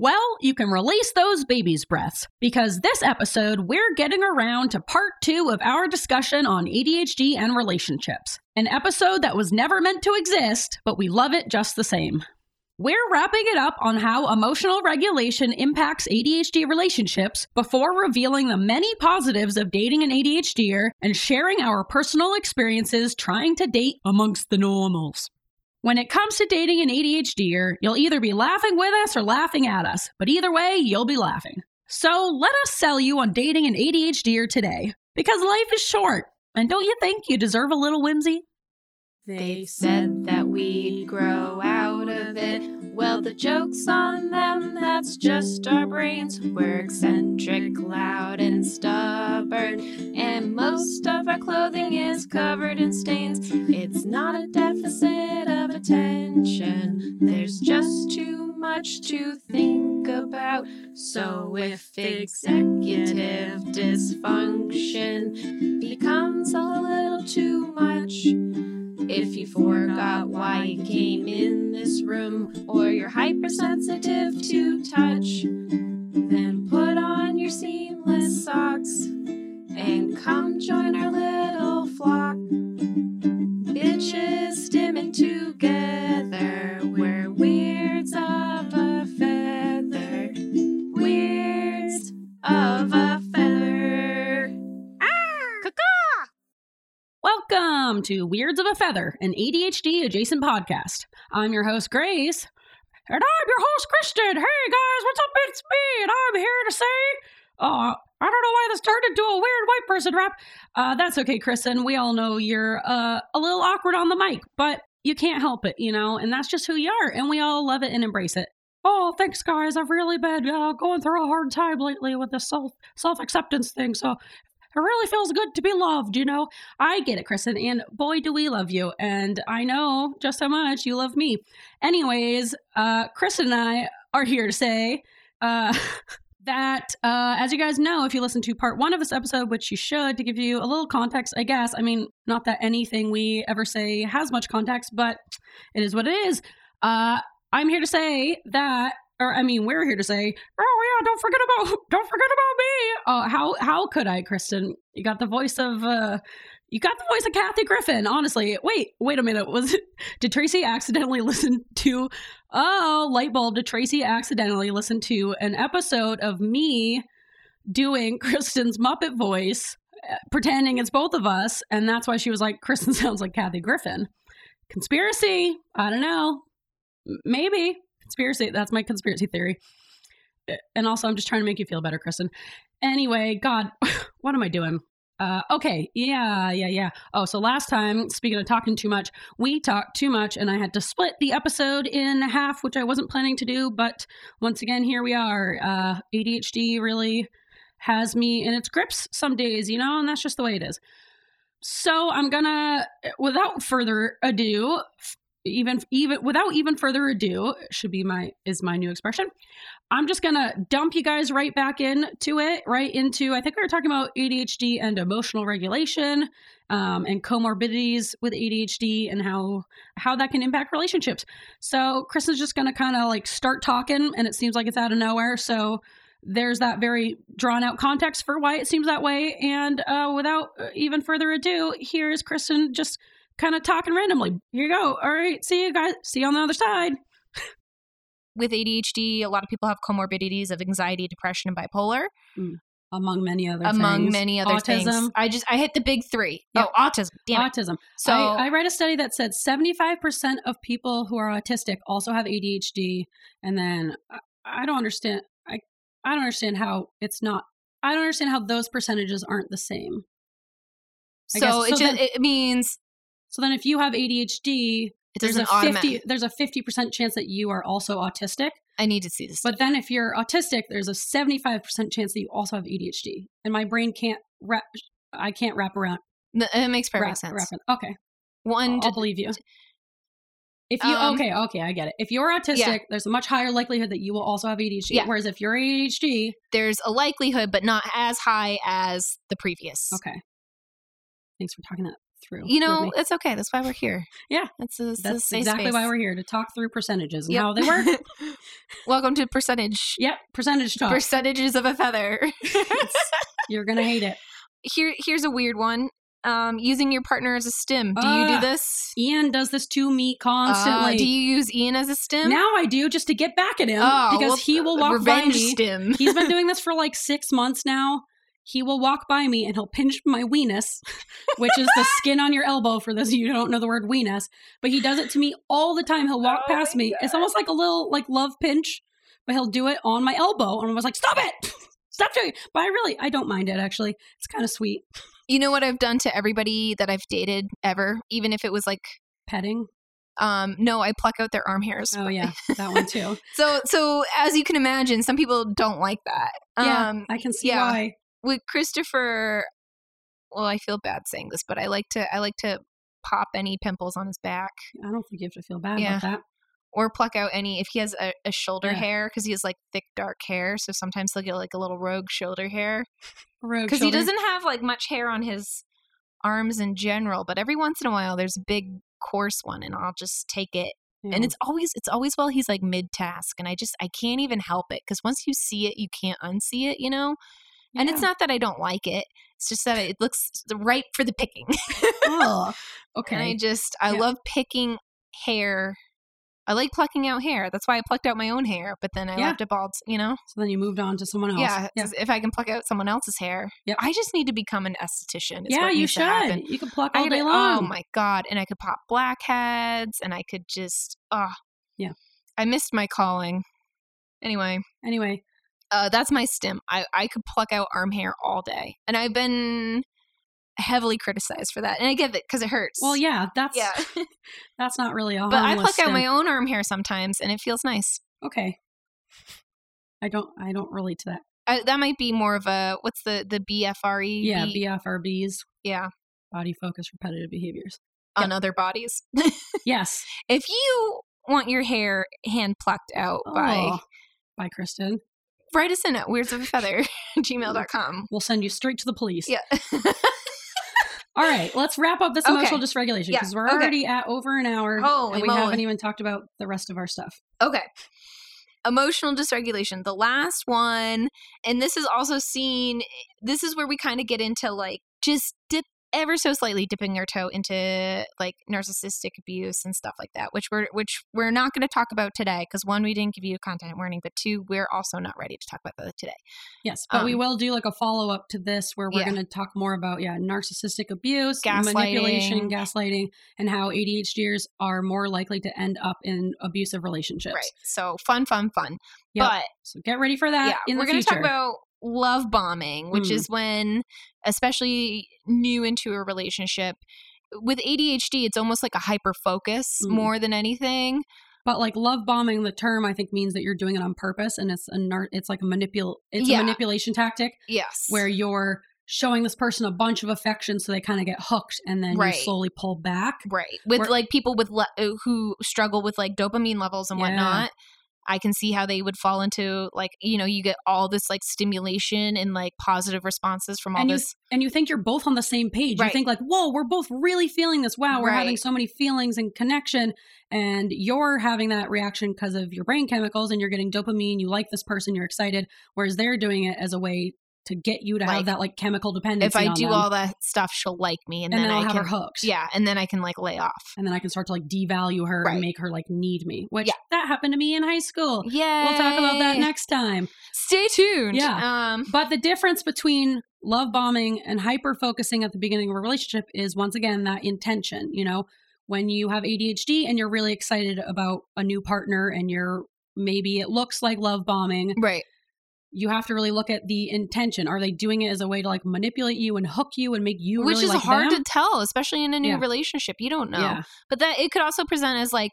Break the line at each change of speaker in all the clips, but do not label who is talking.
Well, you can release those baby's breaths because this episode we're getting around to part two of our discussion on ADHD and relationships, an episode that was never meant to exist, but we love it just the same. We're wrapping it up on how emotional regulation impacts ADHD relationships before revealing the many positives of dating an ADHDer and sharing our personal experiences trying to date amongst the normals. When it comes to dating an ADHDer, you'll either be laughing with us or laughing at us, but either way, you'll be laughing. So let us sell you on dating an ADHDer today, because life is short, and don't you think you deserve a little whimsy?
They said that we'd grow out of it. Well, the joke's on them, that's just our brains. We're eccentric, loud, and stubborn. And most of our clothing is covered in stains. It's not a deficit of attention, there's just too much to think about. So if executive dysfunction becomes a little too much, if you forgot why you came in this room or you're hypersensitive to touch, then put on your seamless socks and come join our little flock. Bitches stimming together, we're weirds of a feather. Weirds of a feather.
Welcome to Weirds of a Feather, an ADHD adjacent podcast. I'm your host, Grace. And I'm your host, Kristen. Hey, guys, what's up? It's me, and I'm here to say, uh, I don't know why this turned into a weird white person rap. Uh, that's okay, Kristen. We all know you're uh, a little awkward on the mic, but you can't help it, you know, and that's just who you are, and we all love it and embrace it. Oh, thanks, guys. I've really been uh, going through a hard time lately with this self self acceptance thing, so it really feels good to be loved, you know? I get it, Kristen, and boy, do we love you. And I know just how much you love me. Anyways, uh, Kristen and I are here to say uh, that, uh, as you guys know, if you listen to part one of this episode, which you should to give you a little context, I guess. I mean, not that anything we ever say has much context, but it is what it is. Uh, I'm here to say that, or I mean, we're here to say, oh yeah, don't forget about, don't forget about me. Uh, how how could I, Kristen? You got the voice of, uh, you got the voice of Kathy Griffin. Honestly, wait, wait a minute. Was it, did Tracy accidentally listen to? Oh, light bulb. Did Tracy accidentally listen to an episode of me doing Kristen's Muppet voice, uh, pretending it's both of us, and that's why she was like, Kristen sounds like Kathy Griffin. Conspiracy. I don't know maybe conspiracy that's my conspiracy theory Eh, and also i'm just trying to make you feel better kristen anyway god what am i doing uh, okay yeah yeah yeah oh so last time speaking of talking too much we talked too much and i had to split the episode in half which i wasn't planning to do but once again here we are uh, adhd really has me in its grips some days you know and that's just the way it is so i'm gonna without further ado even even without even further ado should be my is my new expression i'm just gonna dump you guys right back into it right into i think we were talking about adhd and emotional regulation um, and comorbidities with adhd and how how that can impact relationships so chris is just gonna kind of like start talking and it seems like it's out of nowhere so there's that very drawn out context for why it seems that way and uh, without even further ado here's kristen just kind of talking randomly. Here you go. All right. See you guys. See you on the other side.
with ADHD, a lot of people have comorbidities of anxiety, depression, and bipolar,
Among many other
among
things.
many other
Autism.
things. I just I hit the big three.
Yep.
Oh, autism. Damn it.
autism.
So
I, I read a study that said 75% of people who are autistic also have ADHD. And then I, I don't understand. I, I don't understand how it's not. I don't understand how those percentages aren't the same. I guess-
so it
so
just
then-
it means
So then if you have ADHD,
it
there's
doesn't
a
automatic.
50 there's a 50% chance that you are also autistic.
I need to see this.
But then if you're autistic, there's a 75% chance that you also have ADHD. And my brain can't wrap, I can't wrap around.
N- it makes perfect
wrap,
sense.
wrap it- okay.
One,
I'll, I'll believe you. If you,
Um,
okay, okay, I get it. If you're autistic, there's a much higher likelihood that you will also have ADHD.
Yeah.
Whereas if you're ADHD,
there's a likelihood, but not as high as the previous.
okay. Thanks for talking that through.
You know,
with me.
it's okay. That's why we're here.
Yeah.
That's, a,
that's exactly why we're here to talk through percentages and how they work.
Welcome to percentage.
yep, percentage talk.
Percentages of a feather.
You're gonna hate it.
Here, here's a weird one. Um, using your partner as a stim. Do you
Ah,
do this?
Ian does this to me
Uh,
constantly.
do you use Ian as a stim?
now I do just to get back at him
Oh,
because
well,
he will walk by
Revenge
me.
stim.
He's been doing this for like six months now. He will walk by me and he'll pinch my weenus, which is the skin on your elbow. For those of you who don't know the word weenus, but he does it to me all the time. He'll walk
Oh
past
my
me. It's almost like a little like love pinch, but he'll do it on my elbow, and I was like, "Stop it, stop doing it." But I really, I don't mind it actually. It's kind of sweet
You know what I've done to everybody that I've dated ever, even if it was like,
petting.
um, no, I pluck out their arm hairs.
Oh yeah, that one too.
So, so as you can imagine, some people don't like that.
Yeah,
Um,
I can see
yeah.
why.
with Christopher, well, I feel bad saying this, but I like to, I like to pop any pimples on his back
I don't think you have to feel bad
Yeah.
about that.
or pluck out any if he has a, a shoulder
Yeah.
hair because he has like thick dark hair. So sometimes he'll get like a little rogue shoulder hair.
Rogue
because he
shoulder.
doesn't have like much hair on his arms in general but every once in a while there's a big coarse one and i'll just take it
Yeah.
and it's always it's always while he's like mid task and i just i can't even help it because once you see it you can't unsee it you know and it's
Yeah.
not that i don't like it it's just that it looks right for the picking
Ugh. okay.
and i just i
Yeah.
love picking hair i like plucking out hair that's why i plucked out my own hair but then i
Yeah.
left a bald you know
So then you moved on to someone else.
yeah, 'cause if i can pluck out someone else's hair
Yep.
i just need to become an esthetician is
yeah,
what
you
needs to happen.
should. You can pluck
I
all
could-
day long.
Oh my god! And I could pop blackheads, and I could just ah.
Yeah.
I missed my calling. Anyway,
Anyway,
uh, that's my stim. I I could pluck out arm hair all day, and I've been heavily criticized for that. And I get it because it hurts.
well, yeah, that's
yeah.
that's not really a
but I
harmless
pluck out my
stint.
own arm hair sometimes, and it feels nice.
Okay. I don't. I don't relate to that.
I, that might be more of a what's the the BFRE?
Yeah,
E B-
BFRBs,
yeah,
body focused repetitive behaviors.
on other bodies.
Yes,
if you want your hair hand plucked out by
Oh, by Kristen.
write us in at weirds of a feather gmail.com
We'll send you straight to the police.
yeah
All right, let's wrap up this
Okay.
emotional dysregulation
Yeah,
because we're
okay.
already at over an hour,
Holy
and we
moly.
haven't even talked about the rest of our stuff.
okay emotional dysregulation the last one and this is also seen this is where we kind of get into like just dip ever so slightly dipping our toe into like narcissistic abuse and stuff like that which we're which we're not going to talk about today because one we didn't give you a content warning but two we're also not ready to talk about that today
Yes, but we
Um,
will do like a follow up to this where we're
Yeah.
going to talk more about yeah narcissistic abuse,
Gaslighting.
manipulation, gaslighting, and how ADHDers are more likely to end up in abusive relationships.
right so fun fun fun
Yep.
but
So get ready for that. in
we're
the
gonna
future.
talk about love bombing, which
Mm.
is when, especially new into a relationship, with ADHD, it's almost like a hyper focus
Mm.
more than anything.
but like love bombing, the term I think means that you're doing it on purpose, and it's a nar- it's like a manipul it's
Yeah.
a manipulation tactic
Yes,
where you're showing this person a bunch of affection so they kind of get hooked, and then
Right.
you slowly pull back.
right with
we're-
like people with le- uh, who struggle with like dopamine levels and
Yeah.
whatnot. I can see how they would fall into like you know you get all this like stimulation and like positive responses from all
And you-
this
and you think you're both on the same page.
Right.
You think like, whoa, we're both really feeling this. Wow, we're having
Right.
so many feelings and connection, and you're having that reaction because of your brain chemicals, and you're getting dopamine. You like this person, you're excited, whereas they're doing it as a way to get you to
Like,
have that like chemical dependency.
if I
on
do
them.
all that stuff she'll like me and,
and
then,
then, I'll
I
have
can
her hooked.
yeah and then I can like lay off
and then I can start to like devalue her
Right.
and make her like need me, which
Yeah.
that happened to me in high school.
yeah
We'll talk about that next time.
Stay tuned.
Yeah.
Um,
But the difference between love bombing and hyper focusing at the beginning of a relationship is once again that intention. You know, when you have ADHD and you're really excited about a new partner and you're maybe it looks like love bombing,
right.
you have to really look at the intention. Are they doing it as a way to like manipulate you and hook you and make you
Which
really
is
like
hard
them?
to tell, especially in a new
Yeah.
relationship. You don't know.
Yeah.
But that it could also present as like,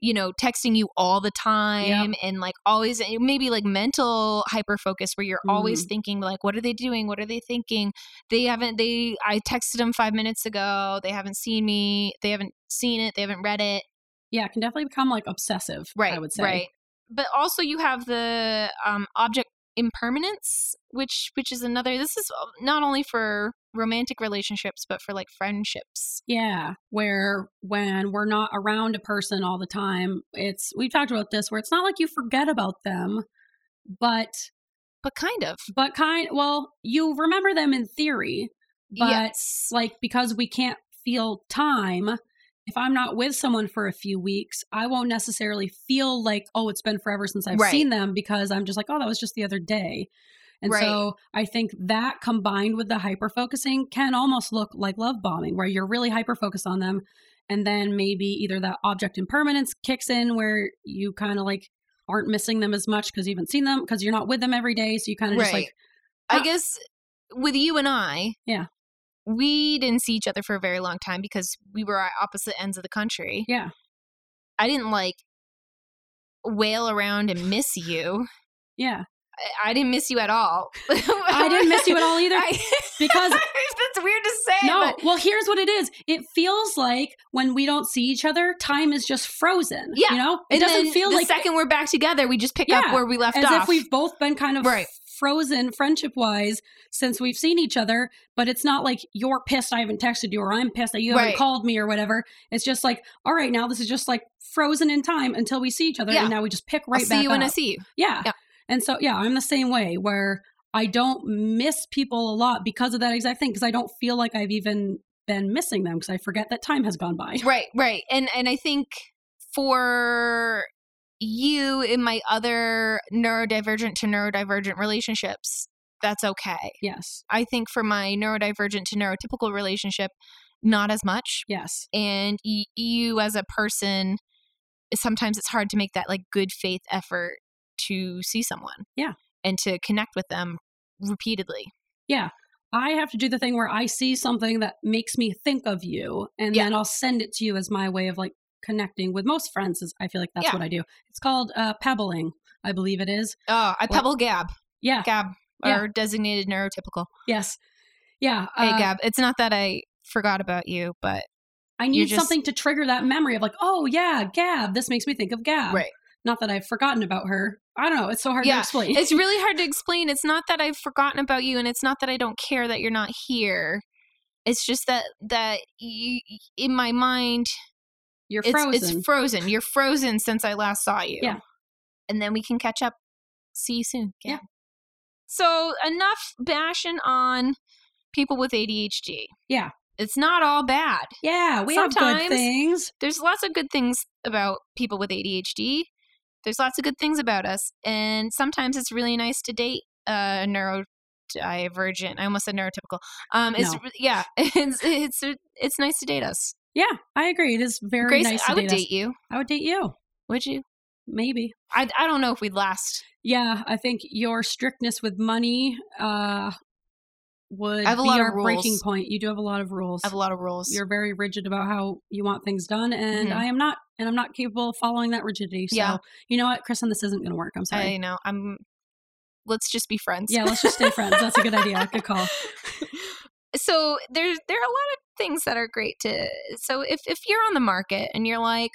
you know, texting you all the time and like always eh, maybe like mental hyper focus where you're
Mm-hmm.
always thinking like, what are they doing? What are they thinking? They haven't they I texted them five minutes ago. They haven't seen me. They haven't seen it. They haven't read it.
Yeah, it can definitely become like obsessive,
Right.
I would say.
Right. But also you have the um object impermanence, which which is another. This is uh, not only for romantic relationships, but for like friendships.
Yeah, where when we're not around a person all the time, it's we've talked about this where it's not like you forget about them, but
But kind of.
but kind well, you remember them in theory, but
yes.
like because we can't feel time, if I'm not with someone for a few weeks, I won't necessarily feel like oh, it's been forever since I've
Right.
seen them because I'm just like oh, that was just the other day. And
Right.
so I think that combined with the hyper focusing can almost look like love bombing, where you're really hyper focused on them. And then maybe either that object impermanence kicks in where you kind of like aren't missing them as much because you haven't seen them because you're not with them every day. So you kind of just like,
I
Ah.
guess with you and I,
Yeah.
we didn't see each other for a very long time because we were at opposite ends of the country.
yeah,
I didn't like wail around and miss you.
yeah.
I, I didn't miss you at all.
I didn't miss you at all either
I-
because
that's weird to say.
No,
but-
well, here's what it is. It feels like when we don't see each other, time is just frozen.
Yeah.
you know, it
and
doesn't
then
feel
the
like
second we're back together, we just pick up
Yeah,
where we left
as
off.
if we've both been kind of
Right.
frozen friendship wise since we've seen each other. But it's not like you're pissed I haven't texted you or I'm pissed that you
Right.
haven't called me or whatever. It's just like, all right, now this is just like frozen in time until we see each other,
Yeah.
and now we just pick
I'll
right back
see you
up.
when I see you.
Yeah.
Yeah.
And so, yeah, I'm the same way where I don't miss people a lot because of that exact thing, because I don't feel like I've even been missing them because I forget that time has gone by.
Right, right. And and I think for you in my other neurodivergent to neurodivergent relationships, that's okay.
Yes.
I think for my neurodivergent to neurotypical relationship, not as much.
Yes.
And y- you as a person, sometimes it's hard to make that like good faith effort to see someone.
Yeah.
And to connect with them repeatedly.
I have to do the thing where I see something that makes me think of you and
Yeah.
then I'll send it to you as my way of like connecting with most friends is I feel like that's
Yeah.
what I do. It's called uh pebbling, I believe it is.
Oh, I
What-
pebble Gab.
Yeah.
Gab,
Yeah.
or designated neurotypical.
Yes. Yeah.
Hey,
uh,
Gab, it's not that I forgot about you, but
I
You're
need
just-
something to trigger that memory of like, oh yeah, Gab. This makes me think of Gab.
Right.
Not that I've forgotten about her. I don't know. It's so hard
Yeah,
to explain.
it's really hard to explain. It's not that I've forgotten about you, and it's not that I don't care that you're not here. It's just that that you, in my mind,
You're
it's
frozen.
it's frozen. You're frozen since I last saw you.
Yeah.
and then we can catch up. See you soon.
Yeah.
So enough bashing on people with ADHD.
Yeah.
It's not all bad.
yeah, we have
sometimes-
good things.
There's lots of good things about people with ADHD. There's lots of good things about us, and sometimes it's really nice to date a neurodivergent. I almost said neurotypical. Um, it's
No.
yeah, it's it's it's nice to date us.
Yeah, I agree. It is very
Grace,
nice. To
I would
us.
date you.
I would date you.
Would you?
Maybe.
I I don't know if we'd last.
Yeah, I think your strictness with money uh, would
I have a
be
lot of
our breaking
rules.
point. You do have a lot of rules.
I have a lot of rules.
You're very rigid about how you want things done, and
Mhm.
I am not, and I'm not capable of following that rigidity. So,
Yeah.
you know what, Kristen, this isn't going to work. I'm sorry.
I know. I'm. Let's just be friends.
Yeah, let's just stay friends. That's a good idea. Good call.
so there's there are a lot of things that are great to so if if you're on the market and you're like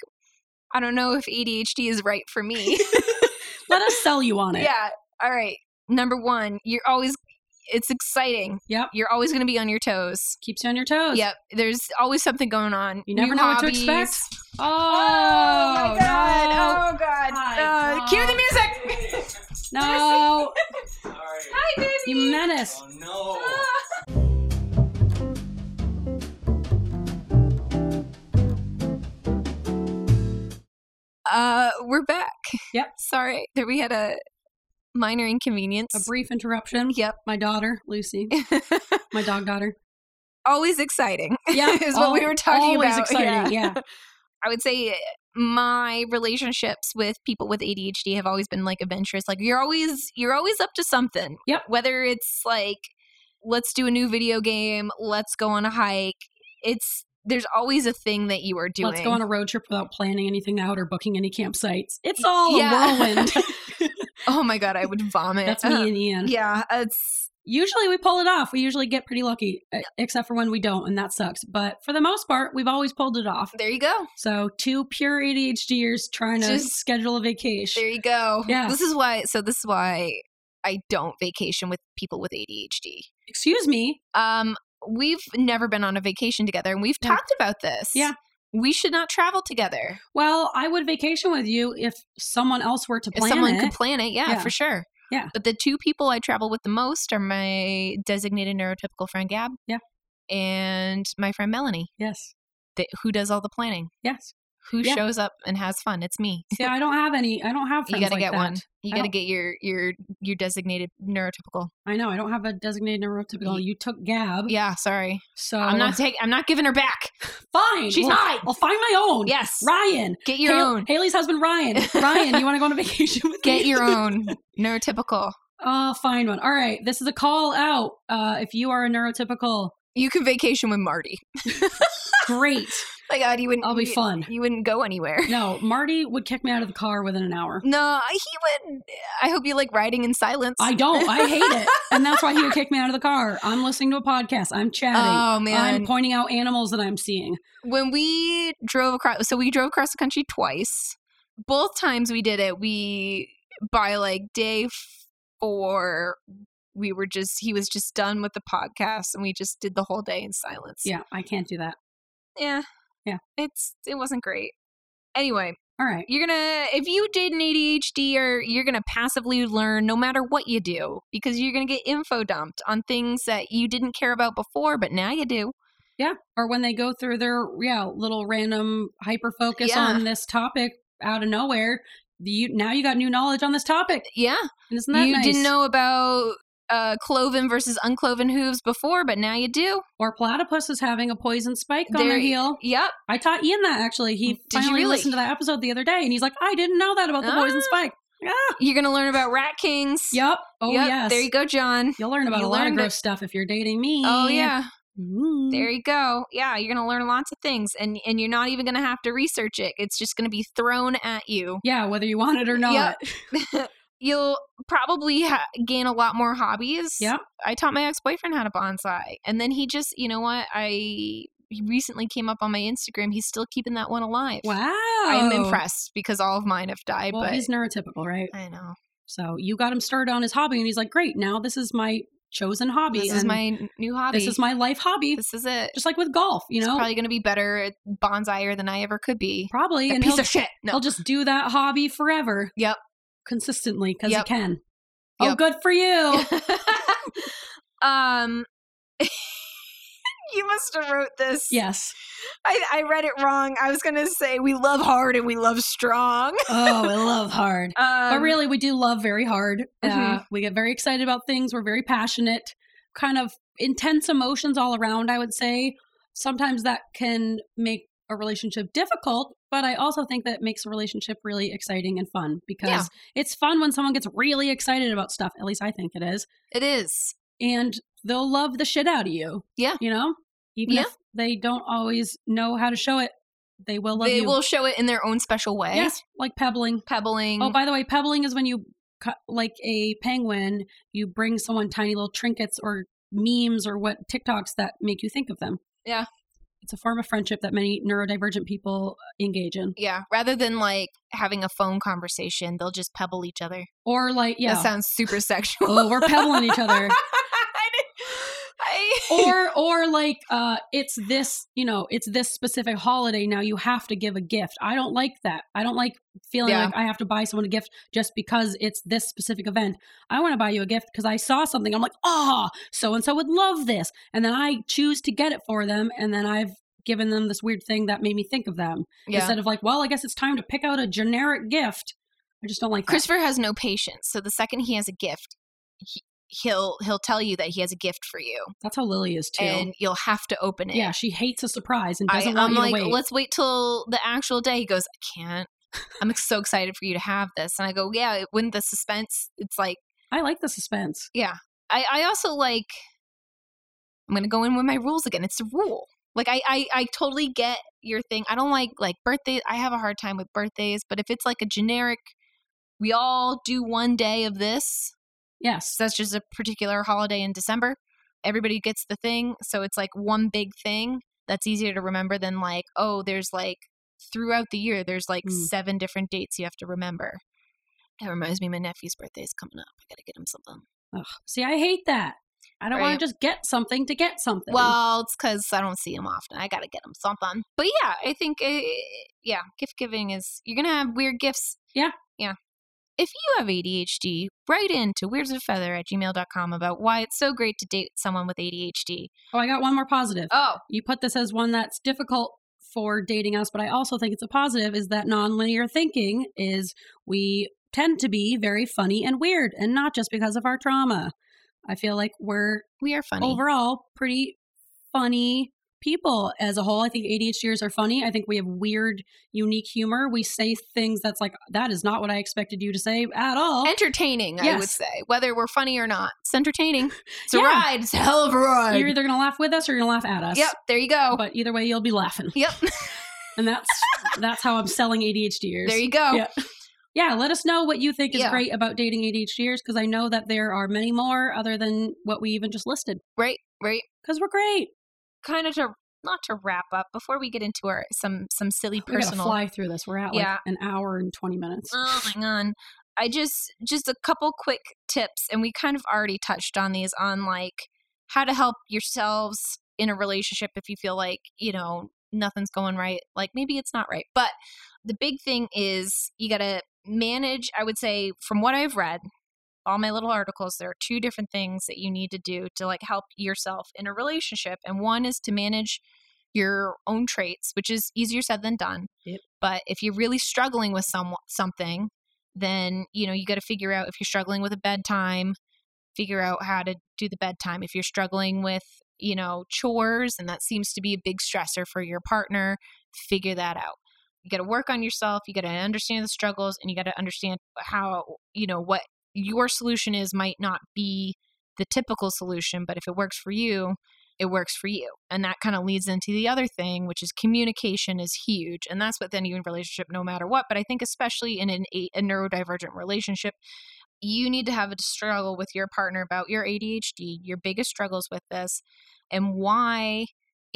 i don't know if adhd is right for me
Let us sell you on it.
yeah all right number one you're always it's exciting
Yep.
you're always going to be on your toes
Keeps you on your toes.
yep there's always something going on
You never
New
know what to
hobbies.
expect. Oh,
oh, my god
No.
oh god
My
Uh,
God.
cue the music
No.
Sorry.
hi baby
you menace.
Oh no.
Uh, we're back.
Yep.
Sorry that we had a minor inconvenience.
A brief interruption.
Yep.
My daughter, Lucy. My dog daughter.
always exciting.
Yeah.
Is what we
al-
were talking
always
about,
exciting. Yeah.
I would say my relationships with people with ADHD have always been like adventurous. Like you're always you're always up to something.
Yep.
Whether it's like let's do a new video game, let's go on a hike. It's there's always a thing that you are doing.
Let's go on a road trip without planning anything out or booking any campsites. It's all
Yeah.
a whirlwind.
oh my god, I would vomit.
That's me and Ian.
Yeah, it's
Usually we pull it off. We usually get pretty lucky, e- except for when we don't, and that sucks. But for the most part, we've always pulled it off.
there you go.
So two pure ADHDers trying to
Just-
schedule a vacation.
There you go.
Yeah.
This is why so this is why I don't vacation with people with ADHD.
Excuse me.
Um, we've never been on a vacation together, and we've
Yeah.
talked about this.
Yeah.
we should not travel together.
Well, I would vacation with you if someone else were to
If
plan
someone
it.
could plan it, yeah,
Yeah.
for sure.
Yeah.
But the two people I travel with the most are my designated neurotypical friend Gab.
Yeah.
And my friend Melanie,
yes.
that, who does all the planning,
Yes.
who
Yeah.
shows up and has fun. It's me.
See, I don't have any. I don't have
You
friends
got to
like
get
that. Oh.
one. You
I
got to
don't-
get your your your designated neurotypical.
I know. I don't have a designated neurotypical.
Ye-
You took Gab.
Yeah, sorry.
So
I'm not taking. I'm not giving her back.
fine.
She's
Well,
mine.
I'll find my own.
Yes.
Ryan.
Get your
Hal-
own.
Haley's husband, Ryan. Ryan, you want to go on a vacation with me?
Get your own neurotypical.
Oh, fine one. All right. This is a call out. Uh, if you are a neurotypical,
You can vacation with Marty.
great.
My God, you wouldn't.
I'll be
you-
fun.
You wouldn't go anywhere.
No, Marty would kick me out of the car within an hour.
No, I- he would. I hope you like riding in silence.
I don't. I hate it. And that's why he would kick me out of the car. I'm listening to a podcast. I'm chatting.
Oh
I'm
man,
pointing out animals that I'm seeing.
when we drove across, so we drove across the country twice. Both times we did it, we by like day four, we were just he was just done with the podcast, and we just did the whole day in silence.
Yeah, I can't do that.
yeah,
Yeah.
It's it wasn't great. Anyway,
All right.
you're gonna if you did an ADHD or you're gonna passively learn no matter what you do because you're gonna get info dumped on things that you didn't care about before but now you do.
Yeah. Or when they go through their yeah little random hyper focus
Yeah.
on this topic out of nowhere, you now you got new knowledge on this topic.
Yeah,
And Isn't that
you
nice?
didn't know about uh, cloven versus uncloven hooves before but now you do.
Or platypus is having a poison spike on
There-
their heel.
Yep,
I taught Ian that actually. He
Did you
finally
really?
listened to that episode the other day, and he's like, "I didn't know that about the poison
Ah.
spike." Ah.
you're gonna learn about rat kings.
Yep. Oh
Yep,
yes.
There you go, John.
will learn about a
You
lot of
learned
gross
it.
stuff if you're dating me.
Oh yeah.
Mm.
There you go. Yeah, you're gonna learn lots of things, and and you're not even gonna have to research it. It's just gonna be thrown at you.
yeah, whether you want it or not.
Yep. You'll probably ha- gain a lot more hobbies.
Yep.
I taught my ex boyfriend how to bonsai, and then he just, you know what? I he recently came up on my Instagram. He's still keeping that one alive.
Wow.
I'm impressed because all of mine have died.
Well,
but
he's neurotypical, right?
I know
So you got him started on his hobby, and he's like, "Great, now this is my chosen hobby.
this is
and
my n- new hobby.
this is my life hobby."
This is it.
Just like with golf, you
He's
know,
probably going to be better at bonsaier than I ever could be.
probably,
That
and
piece
he'll,
of shit. No.
he'll just do that hobby forever.
Yep.
consistently because
Yep.
he can. Oh,
Yep.
good for you.
um, you must have wrote this.
yes.
I, I read it wrong. I was gonna say we love hard and we love strong.
Oh, I love hard.
Um,
but really, we do love very hard. Uh,
Mhm.
we get very excited about things. We're very passionate, kind of intense emotions all around, I would say. Sometimes that can make a relationship difficult, but I also think that makes a relationship really exciting and fun because
Yeah.
it's fun when someone gets really excited about stuff. At least I think it is.
it is.
And they'll love the shit out of you.
Yeah.
You know? Even
Yeah.
if they don't always know how to show it, they will love
They
you.
will eh? show it in their own special way.
Yes, like pebbling.
Pebbling.
Oh, by the way, pebbling is when you, cu- like a penguin, you bring someone tiny little trinkets or memes or what TikToks that make you think of them.
Yeah.
It's a form of friendship that many neurodivergent people engage in.
yeah. Rather than like having a phone conversation, they'll just pebble each other.
Or, like, yeah.
That sounds super sexual.
oh, we're pebbling each other.
I didn't- I-
Or, or like, uh, it's this, you know, it's this specific holiday. Now you have to give a gift. I don't like that. I don't like feeling
Yeah.
like I have to buy someone a gift just because it's this specific event. I want to buy you a gift because I saw something. I'm like, ah, so and so would love this. And then I choose to get it for them. And then I've given them this weird thing that made me think of them.
yeah.
Instead of like, well, I guess it's time to pick out a generic gift. I just don't like that.
Christopher has no patience, so the second he has a gift, he, he'll he'll tell you that he has a gift for you,
That's how Lily is too.
and you'll have to open it.
yeah, she hates a surprise and
I,
doesn't want
am
you
like,
to wait.
let's wait till the actual day. He goes, I can't. I'm so excited for you to have this, and I go, yeah. it- Wouldn't the suspense? It's like
I like the suspense.
I, I also like. I'm gonna go in with my rules again. It's a rule. Like I, I, I totally get your thing. I don't like like birthdays. I have a hard time with birthdays, but if it's like a generic, we all do one day of this.
Yes.
So that's just a particular holiday in December. Everybody gets the thing. So it's like one big thing that's easier to remember than like, oh, there's like throughout the year, there's like
Mm.
seven different dates you have to remember. That reminds me, my nephew's birthday is coming up. I gotta get him something.
Ugh, see, I hate that. I don't want
Right.
to just get something to get something.
Well, it's because I don't see him often. I gotta get him something. But yeah, I think uh, yeah, gift giving is you're gonna have weird gifts.
Yeah.
yeah. If you have ADHD, write in to weirdsofafeather at gmail.com about why it's so great to date someone with ADHD.
oh, I got one more positive.
Oh,
you put this as one that's difficult for dating us, but I also think it's a positive is that nonlinear thinking is we tend to be very funny and weird and not just because of our trauma. I feel like we're
we are funny.
overall pretty funny people as a whole. I think ADHDers are funny. I think we have weird, unique humor. We say things that's like, that is not what I expected you to say at all.
entertaining, I would
Yes.
say, whether we're funny or not. It's entertaining. It's a
Yeah.
ride. It's a hell of a ride.
you're either going to laugh with us or you're going to laugh at us.
Yep, Oh. there you go.
But either way, you'll be laughing.
Yep,
And that's that's how I'm selling ADHDers.
there you go.
Yeah. Yeah, let us know what you think is
Yeah.
great about dating ADHDers because I know that there are many more other than what we even just listed
Right, right.
because we're great.
Kind of to not to wrap up before we get into our some some silly
We're going to
personal.
fly through this. We're at like
Yeah.
an hour and 20 minutes.
Oh my god! I just just a couple quick tips, and we kind of already touched on these on like how to help yourselves in a relationship if you feel like you know nothing's going right. Like maybe it's not right, but the big thing is you got to manage. I would say from what I've read, all my little articles, there are two different things that you need to do to like help yourself in a relationship, and one is to manage your own traits, which is easier said than done. But if you're really struggling with some something, then you know you got to figure out if you're struggling with a bedtime, figure out how to do the bedtime. If you're struggling with you know chores, and that seems to be a big stressor for your partner, figure that out. You got to work on yourself. You got to understand the struggles, and you got to understand how you know what your solution is might not be the typical solution, but if it works for you, it works for you. And that kind of leads into the other thing, which is communication is huge. And that's with any relationship, no matter what. But I think, especially in an, a, a neurodivergent relationship, you need to have a struggle with your partner about your ADHD, your biggest struggles with this, and why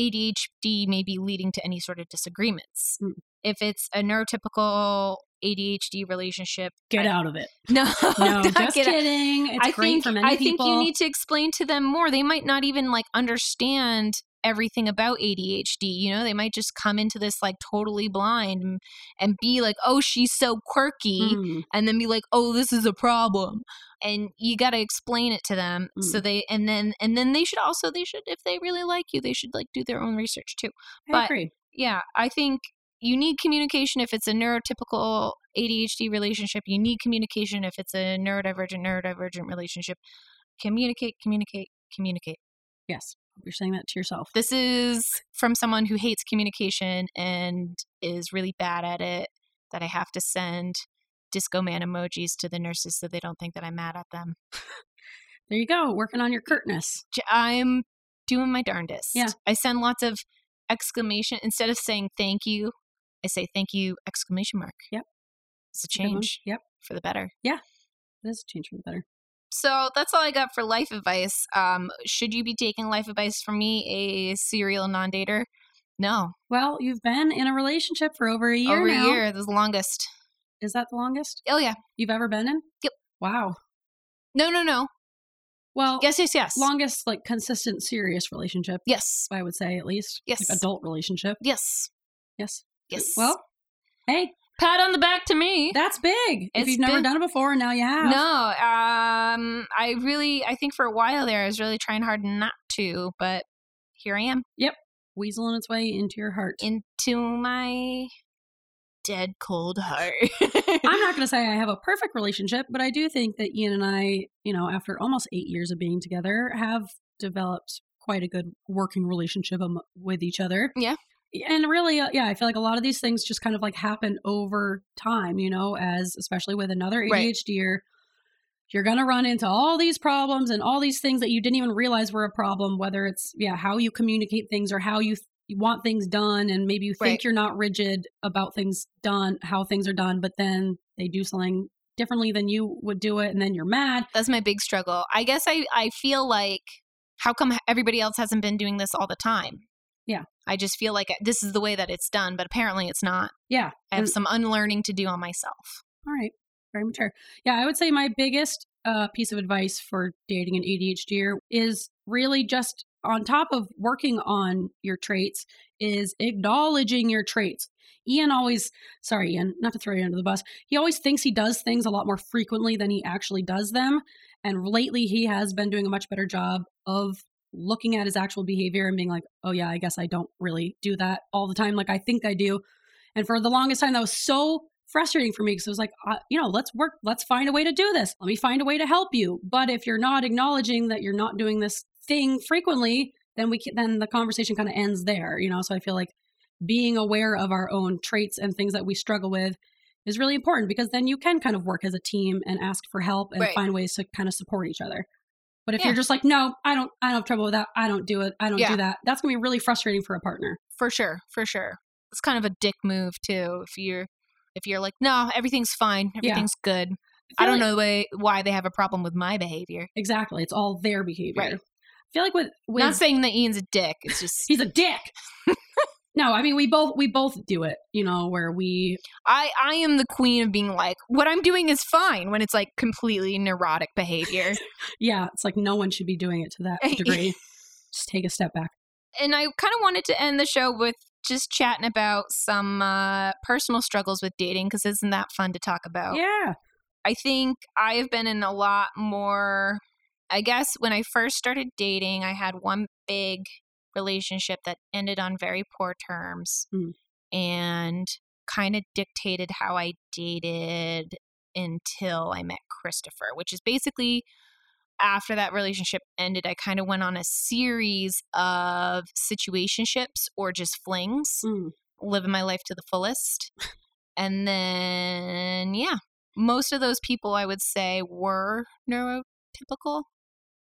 ADHD may be leading to any sort of disagreements.
Mm.
If it's a neurotypical ADHD relationship,
Get
I-
out of it.
no,
No,
not
just
get out.
kidding. It's
I
great
think
for many
I
people.
think you need to explain to them more. They might not even like understand everything about ADHD. You know, they might just come into this like totally blind and, and be like, "Oh, she's so quirky,"
Mm.
and then be like, "Oh, this is a problem." And you got to explain it to them so
Mm.
they and then and then they should also they should if they really like you, they should like do their own research too.
I
but-
agree.
Yeah, I think you need communication if it's a neurotypical ADHD relationship. You need communication if it's a neurodivergent, neurodivergent relationship. Communicate, communicate, communicate.
Yes. You're saying that to yourself.
This is from someone who hates communication and is really bad at it that I have to send disco man emojis to the nurses so they don't think that I'm mad at them.
There you go. Working on your curtness.
J- I'm doing my darndest.
Yeah.
I send lots of exclamation instead of saying thank you, I say thank you exclamation mark.
Yep.
It's a
Good one.
change
Yep.
for the better.
It is a change for the better.
So that's all I got for life advice. Um, should you be taking life advice from me, a serial non dater? No.
Well, you've been in a relationship for over a year
Over
now.
a year, the longest.
Is that the longest
Oh yeah.
you've ever been in?
Yep.
Wow.
No, no, no.
Well,
Yes, yes, yes.
longest like consistent serious relationship.
yes.
I would say at least.
Yes.
Like, adult relationship.
Yes.
Yes.
Yes.
Well, hey,
pat on the back to me.
that's big. if
It's
you've never
big.
done it before and now you have.
No, um, I really, I think for a while there, I was really trying hard not to, but here I am
Weaseling its way into your heart.
into my dead cold heart.
I'm not going to say I have a perfect relationship, but I do think that Ian and I, you know, after almost eight years of being together, have developed quite a good working relationship am- with each other.
Yeah.
And really, uh, yeah, I feel like a lot of these things just kind of like happen over time, you know, as especially with another
Right.
ADHDer, you're going to run into all these problems and all these things that you didn't even realize were a problem, whether it's, yeah, how you communicate things or how you th- you want things done and maybe you think
Right.
you're not rigid about things done how things are done but then they do something differently than you would do it and then you're mad
That's my big struggle. I guess I, I feel like, how come everybody else hasn't been doing this all the time?
Yeah.
I just feel like this is the way that it's done, but apparently it's not.
yeah
I have
And-
some unlearning to do on myself.
all right very mature. Yeah, I would say my biggest uh, piece of advice for dating an ADHDer is really just on top of working on your traits is acknowledging your traits. Ian always, sorry, Ian, not to throw you under the bus, he always thinks he does things a lot more frequently than he actually does them. And lately, he has been doing a much better job of looking at his actual behavior and being like, oh, yeah, I guess I don't really do that all the time like I think I do. And for the longest time, that was so frustrating for me because it was like, uh, you know, let's work, let's find a way to do this. Let me find a way to help you. But if you're not acknowledging that you're not doing this thing frequently, then we can, then the conversation kind of ends there, you know. So I feel like being aware of our own traits and things that we struggle with is really important because then you can kind of work as a team and ask for help and
Right.
find ways to kind of support each other. But if
Yeah.
you're just like, no, I don't, I don't have trouble with that. I don't do it. I don't
Yeah.
do that. That's gonna be really frustrating for a partner.
for sure for sure it's kind of a dick move too if you're if you're like no everything's fine
Yeah.
everything's good i
feel
don't
like-
know the way, why they have a problem with my behavior
Exactly. It's all their behavior.
Right.
I feel like with, with
not saying that ian's a dick it's just
he's a dick. no, I mean we both we both do it, you know, where we
i i am the queen of being like what i'm doing is fine when it's like completely neurotic behavior
yeah, it's like no one should be doing it to that degree. Just take a step back.
and I kind of wanted to end the show with just chatting about some uh, personal struggles with dating because isn't that fun to talk about?
Yeah.
I think I have been in a lot more. I guess when I first started dating, I had one big relationship that ended on very poor terms
Mm.
and kind of dictated how I dated until I met Christopher, which is basically after that relationship ended, I kind of went on a series of situationships or just flings
Mm.
living my life to the fullest. And then, yeah, most of those people I would say were neurotypical.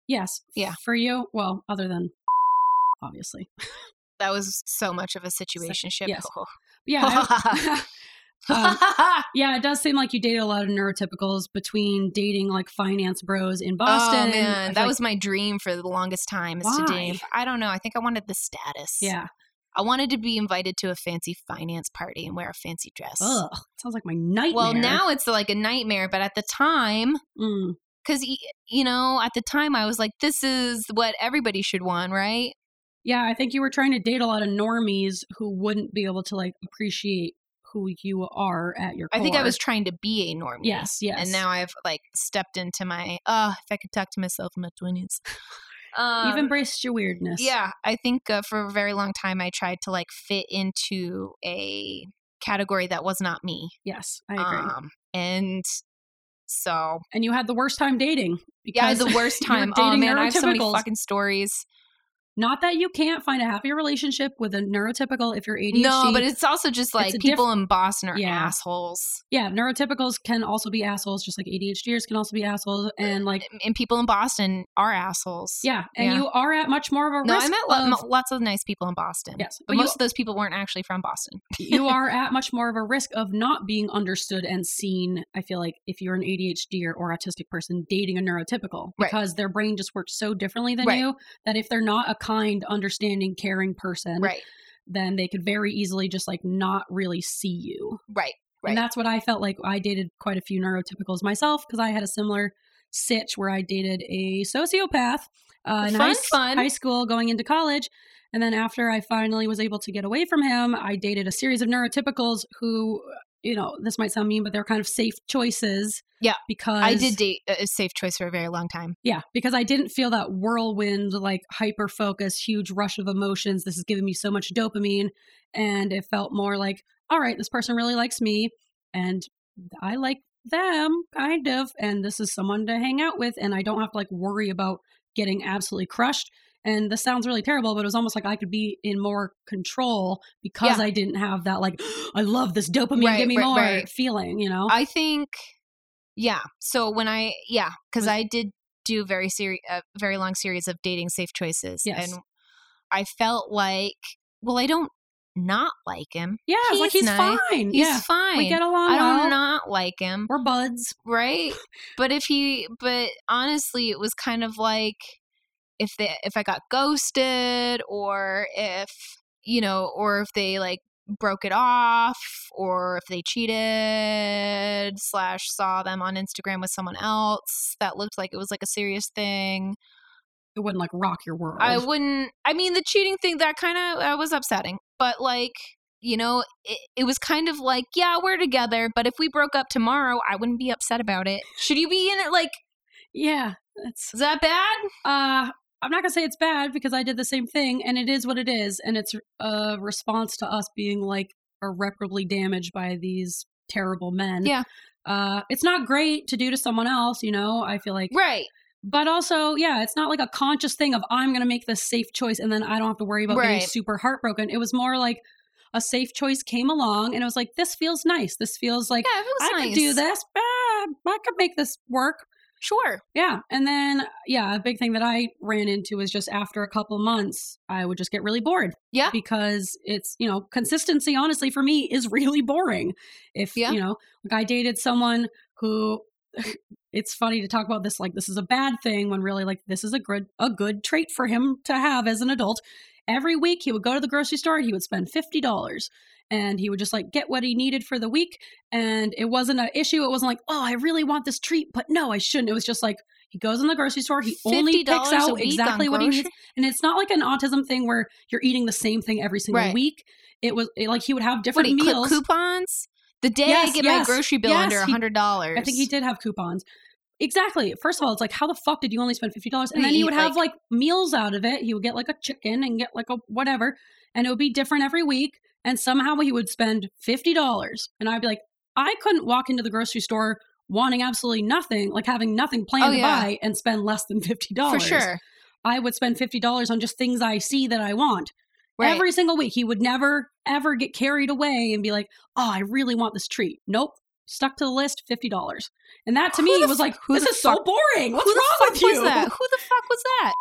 Yes.
Yeah.
For you, well, other than obviously.
That was so much of a situationship.
yes. Yeah. I- Um, yeah, it does seem like you dated a lot of neurotypicals between dating like finance bros in Boston.
oh
I feel
man, that
like-
was my dream for the longest time. Is to
Why?
date. I don't know. I think I wanted the status.
yeah.
I wanted to be invited to a fancy finance party and wear a fancy dress.
Ugh, sounds like my nightmare.
Well, now it's like a nightmare, but at the time,
Mm.
because you know, at the time I was like, this is what everybody should want, right?
Yeah, I think you were trying to date a lot of normies who wouldn't be able to like appreciate who you are at your.
I think I
core.
was trying to be a normie.
Yes, yes.
And now I've like stepped into my, oh, if I could talk to myself in my 20s.
you've
Um,
embraced your weirdness.
yeah, I think uh, for a very long time I tried to like fit into a category that was not me.
Yes, I agree.
Um, and so,
and you had the worst time dating.
yeah, I had
because
the worst
you were
time. Oh
dating
man, I have so many
neurotypicals.
fucking stories.
Not that you can't find a happy relationship with a neurotypical if you're ADHD.
No, but it's also just like
a
people in Boston are
Yeah.
assholes,
yeah, neurotypicals can also be assholes, just like ADHDers can also be
Uh,
assholes. And like,
and people in Boston are assholes.
yeah, and
Yeah.
you are at much more of a
No, I
risk.
met lo-
of,
mo- lots of nice people in Boston.
yes,
But
but you,
most of those people weren't actually from Boston.
you are at much more of a risk of not being understood and seen. I feel like if you're an ADHD or, or autistic person dating a neurotypical,
Right.
because their brain just works so differently than
Right.
you that if they're not a kind, understanding, caring person,
Right,
then they could very easily just like not really see you.
right.
And that's what I felt like. I dated quite a few neurotypicals myself because I had a similar sitch where I dated a sociopath uh, in
Fun,
high,
fun.
high school going into college. And then after I finally was able to get away from him, I dated a series of neurotypicals who, you know, this might sound mean, but they're kind of safe choices.
Yeah.
Because
I did date a a safe choice for a very long time.
yeah, because I didn't feel that whirlwind, like hyper focus, huge rush of emotions. This is giving me so much dopamine. And it felt more like, all right, this person really likes me and I like them, kind of. And this is someone to hang out with. And I don't have to like worry about getting absolutely crushed. And this sounds really terrible, but it was almost like I could be in more control because
Yeah.
I didn't have that, like, I love this dopamine,
Right,
give me
right,
more
right.
feeling, you know?
I think, yeah. So when I, yeah, because
Was-
I did do very seri- a very long series of dating safe choices,
Yes.
and I felt like, well, I don't not like him.
yeah, it's like
he's
he's
nice.
fine.
He's
yeah.
fine.
We get along
I
well.
don't not like him,
We're buds.
right? but if he, but honestly, it was kind of like if they, if I got ghosted, or if you know, or if they like broke it off or if they cheated slash saw them on instagram with someone else that looked like it was like a serious thing
It wouldn't like rock your world.
i wouldn't i mean the cheating thing that kind of uh, was upsetting but like you know it, it was kind of like yeah we're together but if we broke up tomorrow i wouldn't be upset about it should you be in it like
yeah, that's.
is that bad
Uh, I'm not gonna say it's bad because I did the same thing, and it is what it is, and it's a response to us being like irreparably damaged by these terrible men.
Yeah.
Uh, it's not great to do to someone else, you know. I feel like
right
but also yeah it's not like a conscious thing of i'm gonna make this safe choice and then i don't have to worry about being
Right.
super heartbroken it was more like a safe choice came along and it was like this feels nice this feels like
yeah if it
i
was nice
could do this ah, i could make this work
sure
yeah and then yeah a big thing that i ran into was just after a couple of months i would just get really bored
Yeah.
because it's you know consistency honestly for me is really boring if
Yeah.
you know like i dated someone who it's funny to talk about this like this is a bad thing when really like this is a good a good trait for him to have as an adult every week he would go to the grocery store and he would spend $50 and he would just like get what he needed for the week and it wasn't an issue it wasn't like oh i really want this treat but no i shouldn't it was just like he goes in the grocery store he only picks
$50 a
out
week on
exactly what he needs
grocery-
and it's not like an autism thing where you're eating the same thing every single
Right.
week it was it, like he would have
What
different
do you clip
meals
coupons? The day
Yes,
I get
yes,
my grocery bill
yes,
under
he-
under hundred dollars,
I think he did have coupons. Exactly. First of all, it's like, how the fuck did you only spend fifty dollars? And
He
then he
eat,
would have like meals out of it. He would get like a chicken and get like a whatever, and it would be different every week. And somehow he would spend fifty dollars, and I'd be like, I couldn't walk into the grocery store wanting absolutely nothing, like having nothing planned
Oh, yeah.
to buy, and spend less than fifty
for
dollars.
sure.
I would spend fifty dollars on just things I see that I want
Right.
every single week. He would never, ever get carried away and be like, oh, I really want this treat. Nope. Stuck to the list, $50. And that to
Who
me
the
was
f-
like,
who
this
the
is so
fuck-
boring. What's
Who the
wrong
fuck
with you?
Was that? Who the fuck was that?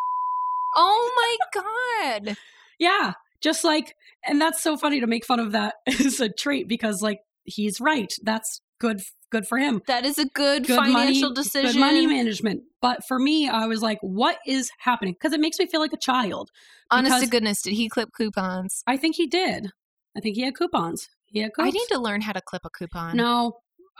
Oh my god!
Yeah. Just like, and that's so funny to make fun of that as a treat because, like, he's right. That's good good for him.
That is a good,
Good money-
financial
Good
decision.
money management. But for me, I was like, what is happening? Because it makes me feel like a child.
Honest to
because-
goodness, did he clip coupons?
I think he did. I think he had coupons. He had coupons.
I need to learn how to clip a coupon.
No,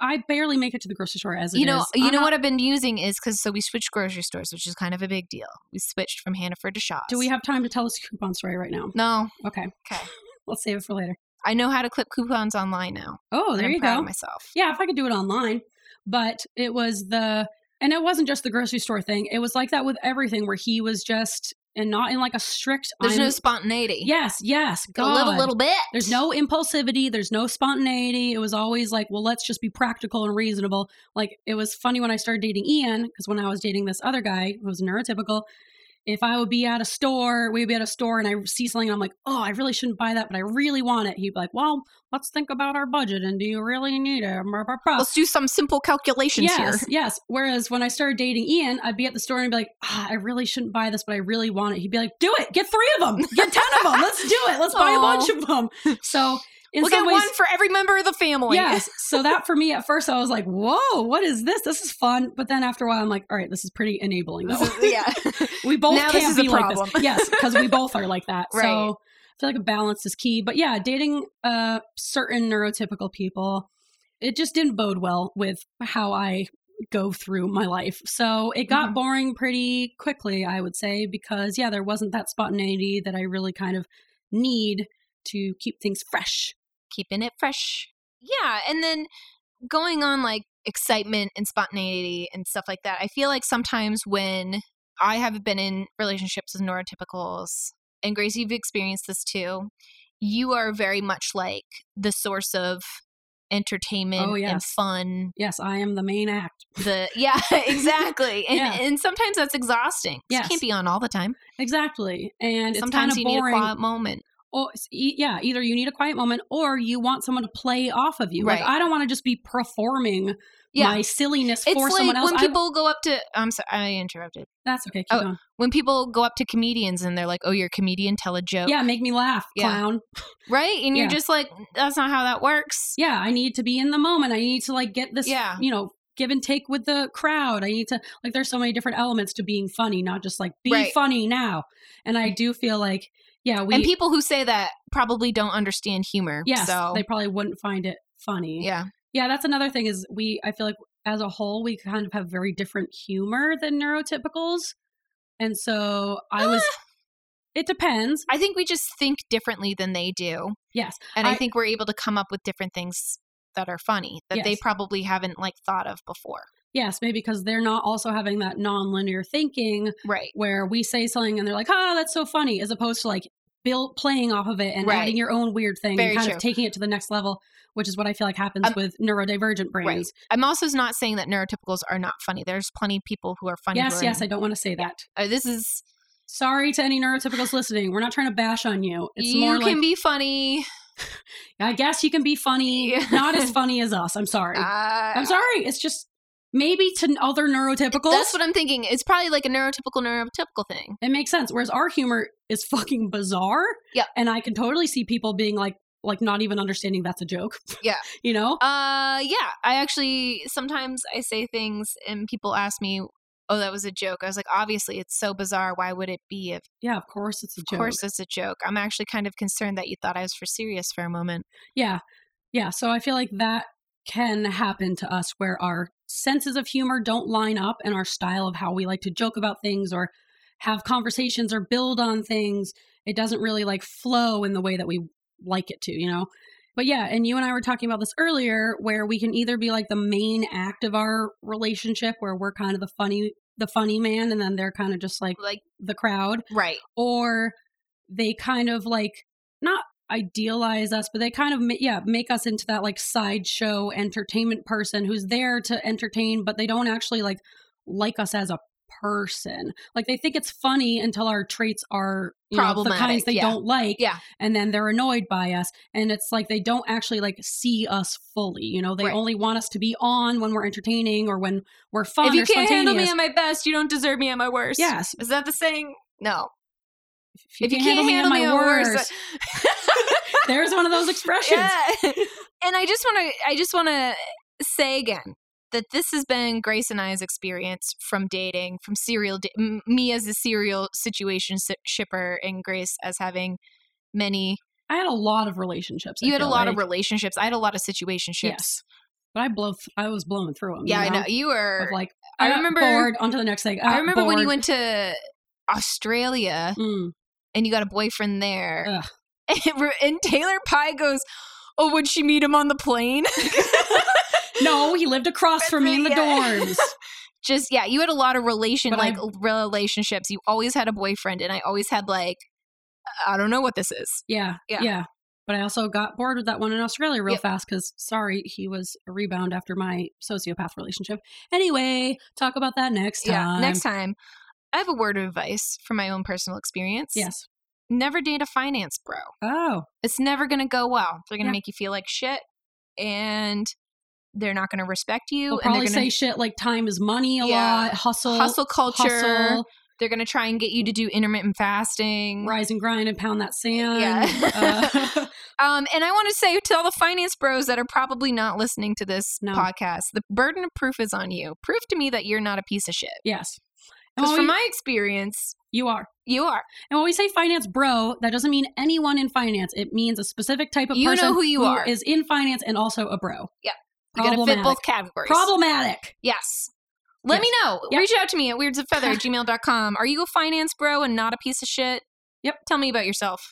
I barely make it to the grocery store as it
You know,
is.
you
I'm
know
not-
what I've been using is because so we switched grocery stores, which is kind of a big deal. We switched from Hannaford to Shaw's.
Do we have time to tell this coupon story right now?
No,
Okay.
Okay.
Let's save it for later.
I know how to clip coupons online now.
Oh,
and
there
I'm
you
proud
go.
of myself.
Yeah, if I could do it online, but it was the and it wasn't just the grocery store thing. It was like that with everything where he was just and not in like a strict
There's
I'm-
no spontaneity.
Yes, yes.
Go live a
God.
little bit.
There's no impulsivity. There's no spontaneity. It was always like, well, let's just be practical and reasonable. Like, it was funny when I started dating Ian, because when I was dating this other guy who was neurotypical, if I would be at a store, we'd be at a store and I see something and I'm like, oh, I really shouldn't buy that, but I really want it. He'd be like, well, let's think about our budget and do you really need it? Blah, blah, blah.
Let's do some simple calculations here.
Yes, yes. Whereas when I started dating Ian, I'd be at the store and be like, ah, I really shouldn't buy this, but I really want it. He'd be like, Do it. Get three of them. Get ten of them. Let's do it. Let's buy a
Aw.
bunch of them. So in
we'll
some
get
ways,
one for every member of the family.
yes. So that for me at first, I was like, Whoa, what is this? This is fun. But then after a while, I'm like, All right, this is pretty enabling though.
This is- yeah.
we both
now this
can't
is a
be like this.
problem.
Yes, because we both are like that.
Right.
So I feel like a balance is key. But yeah, dating uh certain neurotypical people, it just didn't bode well with how I go through my life. So it got
Mhm.
boring pretty quickly, I would say, because yeah, there wasn't that spontaneity that I really kind of need to keep things fresh.
Keeping it fresh. Yeah. And then going on like excitement and spontaneity and stuff like that. I feel like sometimes when I have been in relationships with neurotypicals, and Grace, you've experienced this too, you are very much like the source of entertainment
Oh,
and
yes.
fun
Yes, I am the main act.
the yeah exactly and,
Yeah.
and sometimes that's exhausting
Yes.
it can't be on all the time
Exactly. And it's kind
sometimes
of
you need
boring.
a quiet moment
or s- e- yeah, either you need a quiet moment or you want someone to play off of you. Like
Right.
I don't want to just be performing
yeah
my silliness
it's
for someone
like
else.
when
I-
people go up to i'm sorry i interrupted
that's okay. Keep
Oh,
going.
when people go up to comedians and they're like oh you're a comedian tell a joke
Yeah, make me laugh,
Yeah.
clown.
right and
Yeah.
you're just like "Mm, that's not how that works
Yeah, I need to be in the moment. I need to like get this,
Yeah.
you know, give and take with the crowd. I need to like. There's so many different elements to being funny, not just like be
Right.
funny now. And I do feel like Yeah, we
and people who say that probably don't understand humor.
yes,
so
they probably wouldn't find it funny.
yeah,
Yeah, that's another thing is we I feel like as a whole we kind of have very different humor than neurotypicals. And so I was it depends.
I think we just think differently than they do,
Yes.
and I,
I-
think we're able to come up with different things that are funny that they
Yes.
probably haven't like thought of before.
Yes, maybe because they're not also having that nonlinear thinking
Right.
where we say something and they're like, "Ah, that's so funny," as opposed to like build playing off of it and
Right.
adding your own weird thing
Very
and kind
true.
of taking it to the next level, which is what I feel like happens
Um,
with neurodivergent brains.
I'm also not saying that neurotypicals are not funny. There's plenty of people who are funny. who
Yes,
are-
yes, I don't want to say that.
Uh, this is
Sorry to any neurotypicals listening. We're not trying to bash on you. It's
you
more
can
like
be funny.
I guess you can be funny,
Yeah.
not as funny as us. I'm sorry.
Uh,
I'm sorry. It's just maybe to other neurotypicals
that's what I'm thinking. It's probably like a neurotypical neurotypical thing.
it makes sense. Whereas our humor is fucking bizarre.
Yep.
and I can totally see people being like, like not even understanding that's a joke.
Yeah.
you know.
Uh, yeah. I actually sometimes I say things and people ask me, "Oh, that was a joke." I was like, "Obviously, it's so bizarre. Why would it be? Of
yeah, of course it's a joke.
course, it's a joke." I'm actually kind of concerned that you thought I was for serious for a moment.
Yeah, yeah. So I feel like that can happen to us where our senses of humor don't line up and our style of how we like to joke about things or have conversations or build on things it doesn't really like flow in the way that we like it to you know but yeah and you and i were talking about this earlier where we can either be like the main act of our relationship where we're kind of the funny the funny man and then they're kind of just like
Like,
the crowd
right?
or they kind of like not idealize us, but they kind of ma- yeah make us into that like sideshow entertainment person who's there to entertain, but they don't actually like like us as a person. Like they think it's funny until our traits are you know, the kinds
Problematic,
they
yeah.
don't like,
Yeah.
and then they're annoyed by us, and it's like they don't actually like see us fully. You know, they
Right.
only want us to be on when we're entertaining or when we're fun
if you
or
can't handle me
spontaneous.
at my best, you don't deserve me at my worst.
yes,
Is that the saying? No.
if you can't, handle, me at my worst, there's one of those expressions.
Yeah. and I just want to I just want to say again that this has been Grace and I's experience from dating, from serial da- m- me as a serial situation si- shipper and Grace as having many
I had a lot of relationships. I
you had a
feel
lot of
like.
relationships. I had a lot of situationships.
Yes. but I blow. I was blowing through them.
Yeah, I know. You were
Of like
I
I, remember
remember-
bored onto the next thing.
I remember when you went to Australia
Mm,
and you got a boyfriend there.
Ugh.
And, re- and Taylor Pye goes, "Oh, would she meet him on the plane?"
no, he lived across from me in the
Yeah.
dorms.
just yeah, you had a lot of relation
But
like
I-
relationships. You always had a boyfriend, and I always had like I don't know what this is.
Yeah,
Yeah.
yeah, But I also got bored with that one in Australia real
Yep.
fast because sorry, he was a rebound after my sociopath relationship. Anyway, talk about that next time.
Yeah, next time. I have a word of advice from my own personal experience.
Yes.
Never date a finance bro.
Oh,
It's never going to go well. They're going to
Yeah.
make you feel like shit and they're not going to respect you
they'll
and
probably
they're
say
going to
shit like time is money a
Yeah.
lot, hustle,
hustle culture.
hustle,
They're going to try and get you to do intermittent fasting.
rise and grind and pound that sand.
Uh, Yeah.
Uh,
Um, and I want to say to all the finance bros that are probably not listening to this
No.
podcast, the burden of proof is on you. Prove to me that you're not a piece of shit.
yes. And
Because
when
from
we-
my experience,
you are.
you are.
And when we say finance bro, that doesn't mean anyone in finance. It means a specific type of
You know
person
who you are.
is in finance and also a bro.
Yeah. You gotta fit
Problematic.
both categories.
Problematic.
yes.
Yes.
Let me know.
Yep.
Reach out to me at weirdsofeather at gmail.com. Are you a finance bro and not a piece of shit?
Yep.
Tell me about yourself.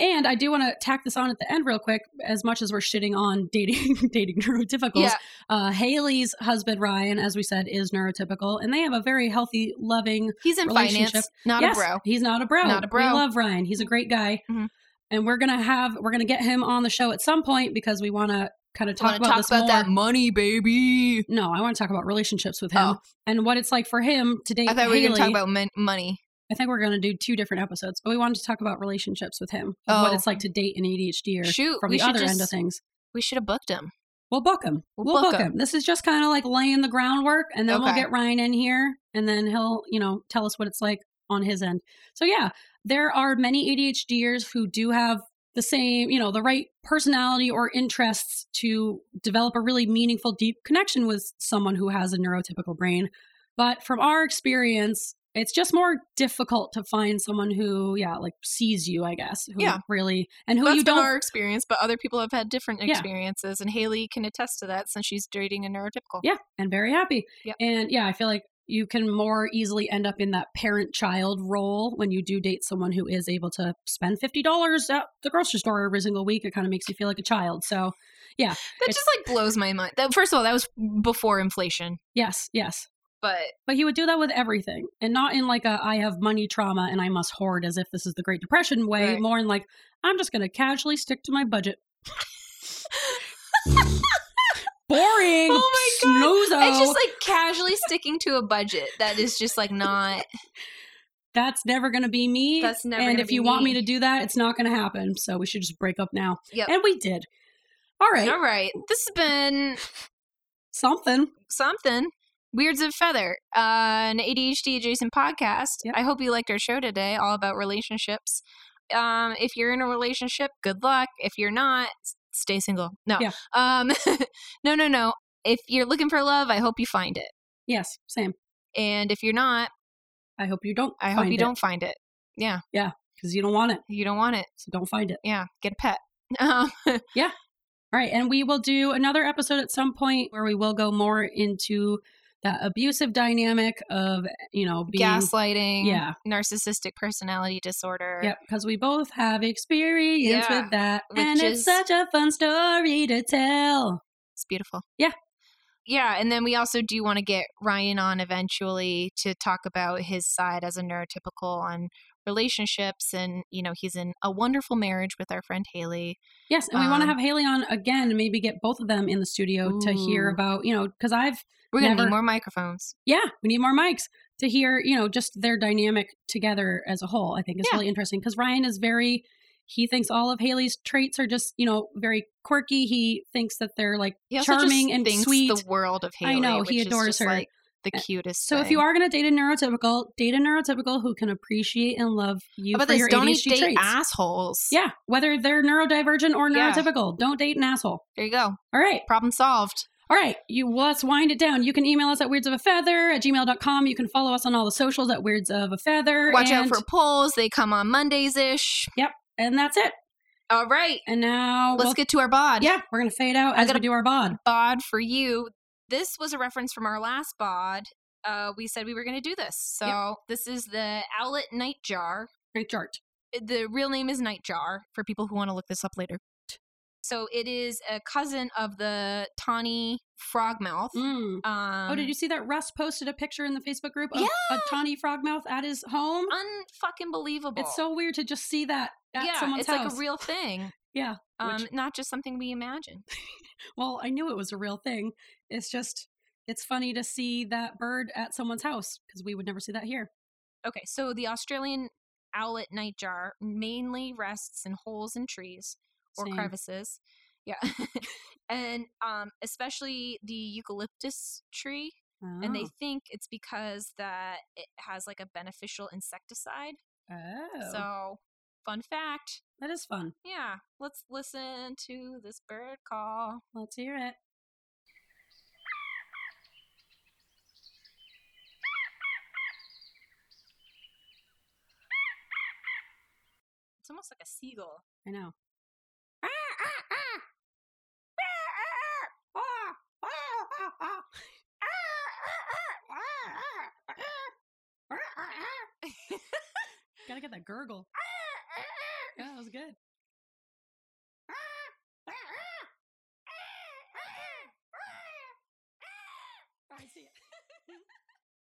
And I do want to tack this on at the end real quick. As much as we're shitting on dating dating neurotypicals,
Yeah.
uh, Haley's husband Ryan, as we said, is neurotypical, and they have a very healthy, loving.
He's in
Relationship.
finance, not
Yes,
a bro.
He's not a bro.
Not a bro.
We love Ryan. He's a great guy,
Mhm.
and we're gonna have we're gonna get him on the show at some point because we want to kind of talk
Wanna
about
talk
this
about
more.
that money, baby.
No, I want to talk about relationships with him
Oh.
and what it's like for him to date.
I thought we were going
Haley.
to talk about mon- money.
I think we're going to do two different episodes, but we wanted to talk about relationships with him, of
Oh.
what it's like to date an ADHD or
Shoot,
from
we
the
should
other end of
just-
things.
We should have booked him.
We'll book him.
We'll
We'll,
book
book, him. This is just kind of like laying the groundwork, and then we'll
Okay.
get Ryan in here, and then he'll, you know, tell us what it's like on his end. So yeah, there are many ADHDers who do have the same, you know, the right personality or interests to develop a really meaningful, deep connection with someone who has a neurotypical brain. But from our experience, It's just more difficult to find someone who, yeah, like sees you, I guess. Who
Yeah.
Really, and who
That's
you
been
don't.
our experience, but other people have had different
Yeah.
experiences, and Haley can attest to that since she's dating a neurotypical.
yeah, and very happy.
Yep.
And yeah, I feel like you can more easily end up in that parent child role when you do date someone who is able to spend $50 at the grocery store every single week. It kind of makes you feel like a child. So,
That
It's-
just like blows my mind. That, first of all, that was before inflation,
yes, yes.
but
But he would do that with everything, and not in like a I have money trauma and I must hoard as if this is the Great Depression way.
Right.
More in like I'm just going to casually stick to my budget. Boring.
Oh my
Snoozo.
it's just like casually sticking to a budget that is just like not.
that's never going to be me.
That's never
And
gonna
if
be
you want me
me.
to do that, it's not going to happen. So we should just break up now.
Yep.
And we did. All right.
All right, this has been
Something.
something. Weirds of Feather, uh, an ADHD adjacent podcast.
Yep.
I hope you liked our show today, all about relationships. Um, if you're in a relationship, good luck. If you're not, s- stay single. No.
Yeah.
Um, no, no, no. If you're looking for love, I hope you find it.
Yes. Same.
And if you're not,
I hope you don't.
I hope you don't find it.
because you don't want it.
You don't want it.
So don't find it.
Yeah, get a pet. Um,
All right. And we will do another episode at some point where we will go more into that abusive dynamic of, you know, being.
gaslighting,
Yeah.
narcissistic personality disorder.
Yep. Because we both have experience
Yeah,
with that.
which
And it's
is-
such a fun story to tell.
It's beautiful.
Yeah.
Yeah. And then we also do want to get Ryan on eventually to talk about his side as a neurotypical on relationships. And, you know, he's in a wonderful marriage with our friend Haley.
Yes. And we want to
Um,
have Haley on again, maybe get both of them in the studio to hear
Ooh.
about, you know, because I've,
We're going to
Never-
need more microphones.
yeah, we need more mics to hear, you know, just their dynamic together as a whole. I think is
Yeah.
really interesting because Ryan is very, he thinks all of Haley's traits are just, you know, very quirky. He thinks that they're like,
He also
Charming
just
and
thinks
sweet.
the world of
I
Haley.
know, he
which is
adores
just,
her.
Like, the
Uh,
cutest.
So if you
thing.
are going to date a neurotypical, date a neurotypical who can appreciate and love you
How about
for
this,
your
don't
ADHD
date
traits.
assholes.
Yeah, whether they're neurodivergent or
Yeah.
neurotypical, don't date an asshole.
There you go.
All right.
Problem solved.
All right. You let's wind it down. You can email us at weirds of a feather at gmail.com. You can follow us on all the socials at weirds of a feather.
Watch out
and,
for polls. They come on Mondays ish.
and that's it.
All right.
And now
Let's
we'll-
get to our bod.
Yeah, we're gonna fade out as
gotta-
we do our bod.
bod for you. This was a reference from our last bod. Uh, we said we were going to do this. So this is the Owlet Nightjar.
Great chart.
The real name is Nightjar for people who want to look this up later. So it is a cousin of the tawny frogmouth.
Mm.
Um,
oh, did you see that Russ posted a picture in the Facebook group of
Yeah.
a tawny frogmouth at his home?
Unfucking believable.
It's so weird to just see that at
Oh. yeah,
someone's
it's
house.
like a real thing.
Yeah,
Um,
which-
not just something we imagine.
Well, I knew it was a real thing. It's just it's funny to see that bird at someone's house because we would never see that here.
Okay, so the Australian owlet nightjar mainly rests in holes in trees or
Same.
crevices. Yeah. and um, especially the eucalyptus tree. And they
Oh.
think it's because that it has like a beneficial insecticide.
Oh.
So, fun fact.
that is fun.
Yeah, let's listen to this bird call.
Let's hear it.
It's almost like a seagull.
I know. Gotta get that gurgle. Yeah, that was good.